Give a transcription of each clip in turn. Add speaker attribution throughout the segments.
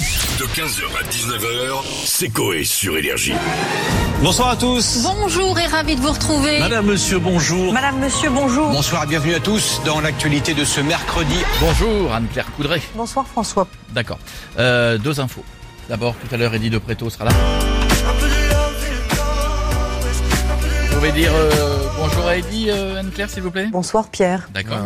Speaker 1: De 15h à 19h, c'est Coé sur Énergie.
Speaker 2: Bonsoir à tous.
Speaker 3: Bonjour et ravi de vous retrouver.
Speaker 4: Bah,
Speaker 2: Madame, monsieur, bonjour.
Speaker 5: Madame, monsieur, bonjour.
Speaker 6: Bonsoir et bienvenue à tous dans l'actualité de ce mercredi.
Speaker 7: Bonjour Anne-Claire Coudray.
Speaker 5: Bonsoir François.
Speaker 7: D'accord. Euh, deux infos. D'abord, tout à l'heure, Eddie de Preto sera là. Vous pouvez dire euh, bonjour à Eddie, euh, Anne-Claire, s'il vous plaît
Speaker 5: Bonsoir Pierre.
Speaker 7: D'accord.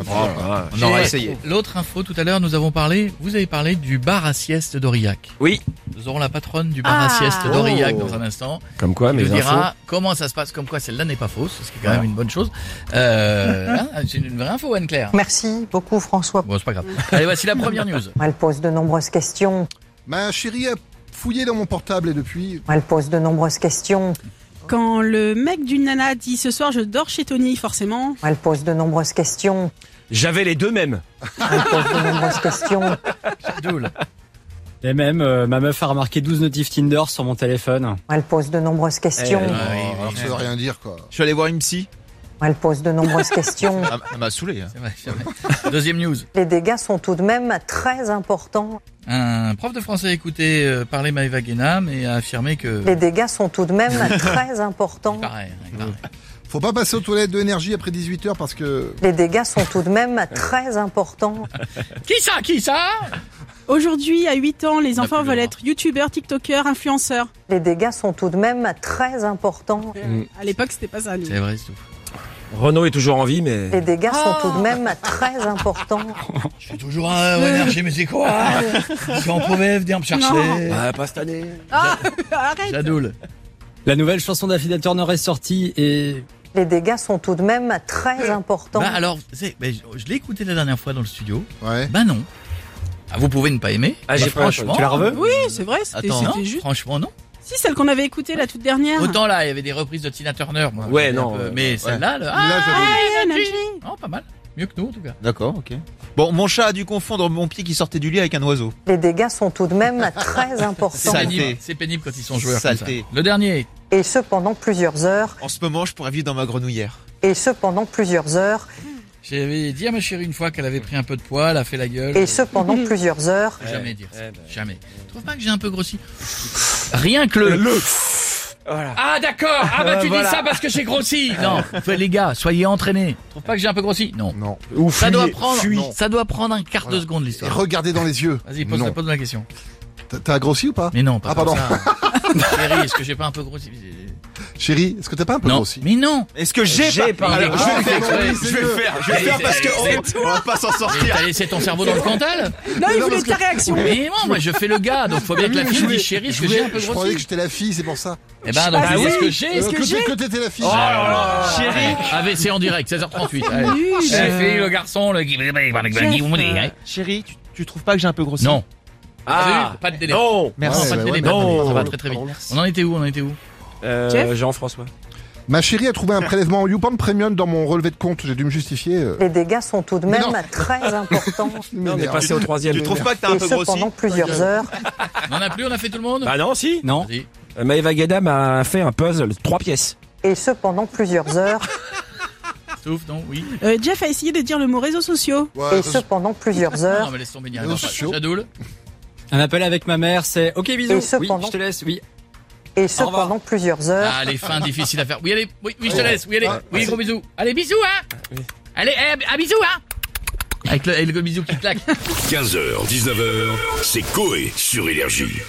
Speaker 6: J'ai
Speaker 7: Non, allez.
Speaker 6: essayé.
Speaker 7: L'autre info, tout à l'heure, nous avons parlé, vous avez parlé du bar à sieste d'Aurillac.
Speaker 6: Oui.
Speaker 7: Nous aurons la patronne du bar à
Speaker 3: Ah.
Speaker 7: sieste d'Aurillac
Speaker 6: Oh.
Speaker 7: dans un instant.
Speaker 4: Comme quoi,
Speaker 7: qui
Speaker 4: mes
Speaker 7: nous
Speaker 4: Ah, infos.
Speaker 7: dira comment ça se passe, comme quoi celle-là n'est pas fausse, ce qui est quand même une bonne chose. Euh, hein, c'est une vraie info, Anne-Claire.
Speaker 5: Merci beaucoup François.
Speaker 7: Bon, c'est pas grave. Allez, voici la première news.
Speaker 5: Elle pose de nombreuses questions.
Speaker 8: Ma chérie a fouillé dans mon portable et depuis.
Speaker 5: Elle pose de nombreuses questions.
Speaker 9: Quand le mec d'une nana dit ce soir je dors chez Tony, forcément.
Speaker 5: Elle pose de nombreuses questions.
Speaker 4: J'avais les deux mêmes.
Speaker 5: Elle pose de nombreuses questions.
Speaker 7: Doul.
Speaker 10: Et même, euh, ma meuf a remarqué 12 notifs Tinder sur mon téléphone.
Speaker 5: Elle pose de nombreuses questions.
Speaker 7: Eh,
Speaker 8: Oh,
Speaker 7: oui, oui,
Speaker 8: alors que ça
Speaker 7: oui.
Speaker 8: veut rien dire quoi.
Speaker 6: Je suis allé voir une psy.
Speaker 5: Elle pose de nombreuses questions.
Speaker 7: Ah.
Speaker 6: Elle elle m'a saoulé. hein.
Speaker 7: C'est vrai, c'est vrai. Deuxième news.
Speaker 5: Les dégâts sont tout de même très importants.
Speaker 7: Un prof de français a écouté euh, parler Maëva Guéna, mais a affirmé que...
Speaker 5: Les dégâts sont tout de même très importants.
Speaker 7: Pareil, hein, pareil.
Speaker 8: Faut pas passer aux toilettes de énergie après 18h parce que.
Speaker 5: Les dégâts sont tout de même très importants.
Speaker 7: Qui ça Qui ça
Speaker 9: Aujourd'hui, à 8 ans, les
Speaker 7: On a
Speaker 9: enfants
Speaker 7: plus le
Speaker 9: veulent
Speaker 7: droit.
Speaker 9: être youtubeurs, tiktokers, influenceurs.
Speaker 5: Les dégâts sont tout de même très importants.
Speaker 7: Mm.
Speaker 9: À l'époque, c'était pas ça. nous.
Speaker 7: C'est vrai, c'est tout.
Speaker 4: Renault est toujours en vie, mais.
Speaker 5: Les dégâts sont tout de même très importants.
Speaker 7: Je suis toujours à énergie, mais c'est quoi Si on pouvait venir me chercher...
Speaker 4: Ah, pas cette année.
Speaker 9: Ah, arrête
Speaker 7: Jadoul.
Speaker 10: La nouvelle chanson d'Affida Turner est sortie et
Speaker 5: Les dégâts sont tout de même très importants.
Speaker 7: Bah alors, c'est- bah, je, je l'ai écouté la dernière fois dans le studio.
Speaker 8: Ouais.
Speaker 7: Bah non. Ah, vous pouvez ne pas aimer.
Speaker 4: Ah, j'ai
Speaker 7: Bah,
Speaker 4: pas-
Speaker 7: franchement.
Speaker 10: tu la reveux
Speaker 9: Oui, c'est vrai, c'était
Speaker 7: Attends,
Speaker 9: c'était
Speaker 7: non,
Speaker 9: juste.
Speaker 7: franchement non.
Speaker 9: Si, celle qu'on avait écoutée la toute dernière.
Speaker 7: Autant là, il y avait des reprises de Tina Turner. moi,
Speaker 4: Ouais,
Speaker 7: j'étais un
Speaker 4: non, euh,
Speaker 7: mais celle-là, le-
Speaker 8: Là,
Speaker 7: Ah,
Speaker 8: j'avoue.
Speaker 9: Ouais, Energy.
Speaker 7: non, pas mal. Mieux que nous en tout cas.
Speaker 6: D'accord, ok. Bon, mon chat a dû confondre mon pied qui sortait du lit avec un oiseau.
Speaker 5: Les dégâts sont tout de même très
Speaker 7: C'est
Speaker 5: importants.
Speaker 6: Saleté.
Speaker 7: pénible, c'est pénible quand ils sont joueurs. comme ça.
Speaker 6: Saleté.
Speaker 7: Le dernier.
Speaker 5: Et ce pendant plusieurs heures.
Speaker 6: En ce moment, je pourrais vivre dans ma grenouillère.
Speaker 5: Et ce pendant plusieurs heures.
Speaker 7: J'avais dit à ma chérie une fois qu'elle avait pris un peu de poids, elle a fait la gueule.
Speaker 5: Et ce pendant plusieurs heures.
Speaker 7: Faut Jamais
Speaker 10: Ouais.
Speaker 7: dire ça.
Speaker 10: Ouais, bah.
Speaker 7: Jamais. Tu trouves pas que j'ai un peu grossi Rien que le.
Speaker 10: voilà.
Speaker 7: Ah d'accord. Ah bah
Speaker 10: Euh,
Speaker 7: tu
Speaker 10: voilà.
Speaker 7: dis ça parce que j'ai grossi. Non. Fais, les gars, soyez entraînés. Tu trouves pas que j'ai un peu grossi Non.
Speaker 8: Non.
Speaker 4: Ou
Speaker 7: Ça
Speaker 4: fuyez,
Speaker 7: doit prendre.
Speaker 4: fuyez.
Speaker 8: Non.
Speaker 7: Ça doit prendre un quart de
Speaker 8: Voilà.
Speaker 7: seconde
Speaker 8: Et
Speaker 7: l'histoire.
Speaker 8: regardez dans les yeux.
Speaker 7: Vas-y, pose,
Speaker 8: Non.
Speaker 7: pose la question.
Speaker 8: T'as- T'as grossi ou pas
Speaker 7: Mais non, pas
Speaker 8: Ah,
Speaker 7: comme
Speaker 8: pardon.
Speaker 7: ça. Chérie, est-ce que j'ai pas un peu grossi
Speaker 8: Chérie, est-ce que t'as pas un peu
Speaker 7: Non.
Speaker 8: grossi
Speaker 7: Mais non.
Speaker 6: Est-ce que j'ai
Speaker 10: J'ai
Speaker 6: pas...
Speaker 10: pas-
Speaker 6: Alors, je
Speaker 8: Ah,
Speaker 6: vais le
Speaker 8: non,
Speaker 6: faire.
Speaker 8: oui,
Speaker 6: Je
Speaker 8: c'est
Speaker 6: vais le
Speaker 8: mieux.
Speaker 6: faire. Je vais le faire parce que on- on va pas s'en
Speaker 7: Mais
Speaker 6: sortir.
Speaker 7: T'as laissé ton cerveau dans le Cantal
Speaker 9: Non, il voulait de la réaction.
Speaker 7: Mais non, moi je fais le gars, donc faut bien que la fille me dise chérie, est-ce que j'ai un peu
Speaker 8: Je croyais que
Speaker 7: grossi
Speaker 8: j'étais la fille, c'est pour ça.
Speaker 7: Eh ben donc
Speaker 9: Ah
Speaker 7: je dis,
Speaker 9: oui.
Speaker 7: est-ce que j'ai
Speaker 9: Est-ce
Speaker 8: Euh,
Speaker 9: que j'ai
Speaker 8: que t'étais la
Speaker 7: Oh
Speaker 8: fille.
Speaker 7: Ah. Chérie AVC en direct, 16h38. allez.
Speaker 9: Nul.
Speaker 7: La fille, le garçon, le Guy- Guy- vous me dites, hein.
Speaker 6: Chérie, tu, tu trouves pas que j'ai un peu grossi
Speaker 7: Non. T'as
Speaker 4: Ah,
Speaker 7: vu Pas de délai.
Speaker 4: non.
Speaker 6: Merci.
Speaker 7: Non, pas de
Speaker 8: Ouais,
Speaker 7: délai,
Speaker 8: bah ouais,
Speaker 7: maintenant,
Speaker 4: non.
Speaker 7: ça va très très vite. On en était où On en était où
Speaker 4: Euh,
Speaker 9: Jeff
Speaker 4: Jean-François.
Speaker 8: Ma chérie a trouvé un prélèvement YouPorn Premium dans mon relevé de compte. J'ai dû me justifier. euh,
Speaker 5: Les dégâts sont tout de
Speaker 8: Mais non.
Speaker 5: même très importants.
Speaker 4: Non, on est
Speaker 8: merde.
Speaker 4: passé au troisième.
Speaker 6: Tu trouves pas que t'as un
Speaker 5: Et
Speaker 6: peu
Speaker 5: ce
Speaker 6: grossi
Speaker 5: pendant plusieurs heures.
Speaker 7: On en a plus, on a fait tout le monde
Speaker 4: Bah non, si.
Speaker 10: Non.
Speaker 7: Vas-y.
Speaker 4: Euh, Maëva Gada m'a fait un puzzle, trois pièces.
Speaker 5: Et ce pendant plusieurs heures.
Speaker 7: Souffle, non Oui.
Speaker 9: Euh, Jeff a essayé de dire le mot réseaux sociaux.
Speaker 8: Ouais,
Speaker 5: Et ce pendant plusieurs
Speaker 7: Non,
Speaker 5: heures.
Speaker 7: mais laisse tomber, n'y
Speaker 8: Les
Speaker 7: arrive pas.
Speaker 8: réseaux sociaux.
Speaker 7: Jadoul
Speaker 10: Un appel avec ma mère, c'est OK bisous.
Speaker 5: Et ce
Speaker 10: Oui,
Speaker 5: pendant-
Speaker 10: je te laisse. Oui.
Speaker 5: Et ce
Speaker 10: Au revoir.
Speaker 5: pendant plusieurs heures.
Speaker 7: Ah, les fins difficiles à faire. Oui, allez, oui, oui je te laisse. Oui, allez,
Speaker 8: Ah,
Speaker 7: oui, gros bisous. Allez, bisous, hein Allez, eh, à bisous, hein Avec le, avec le bisou qui claque.
Speaker 1: 15h, 19h, c'est Coé sur Énergie.